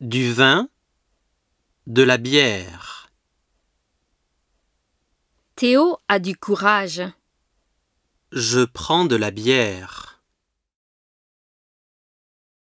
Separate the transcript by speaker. Speaker 1: du vin, de la bière.
Speaker 2: Théo a du courage.
Speaker 1: Je prends de la bière.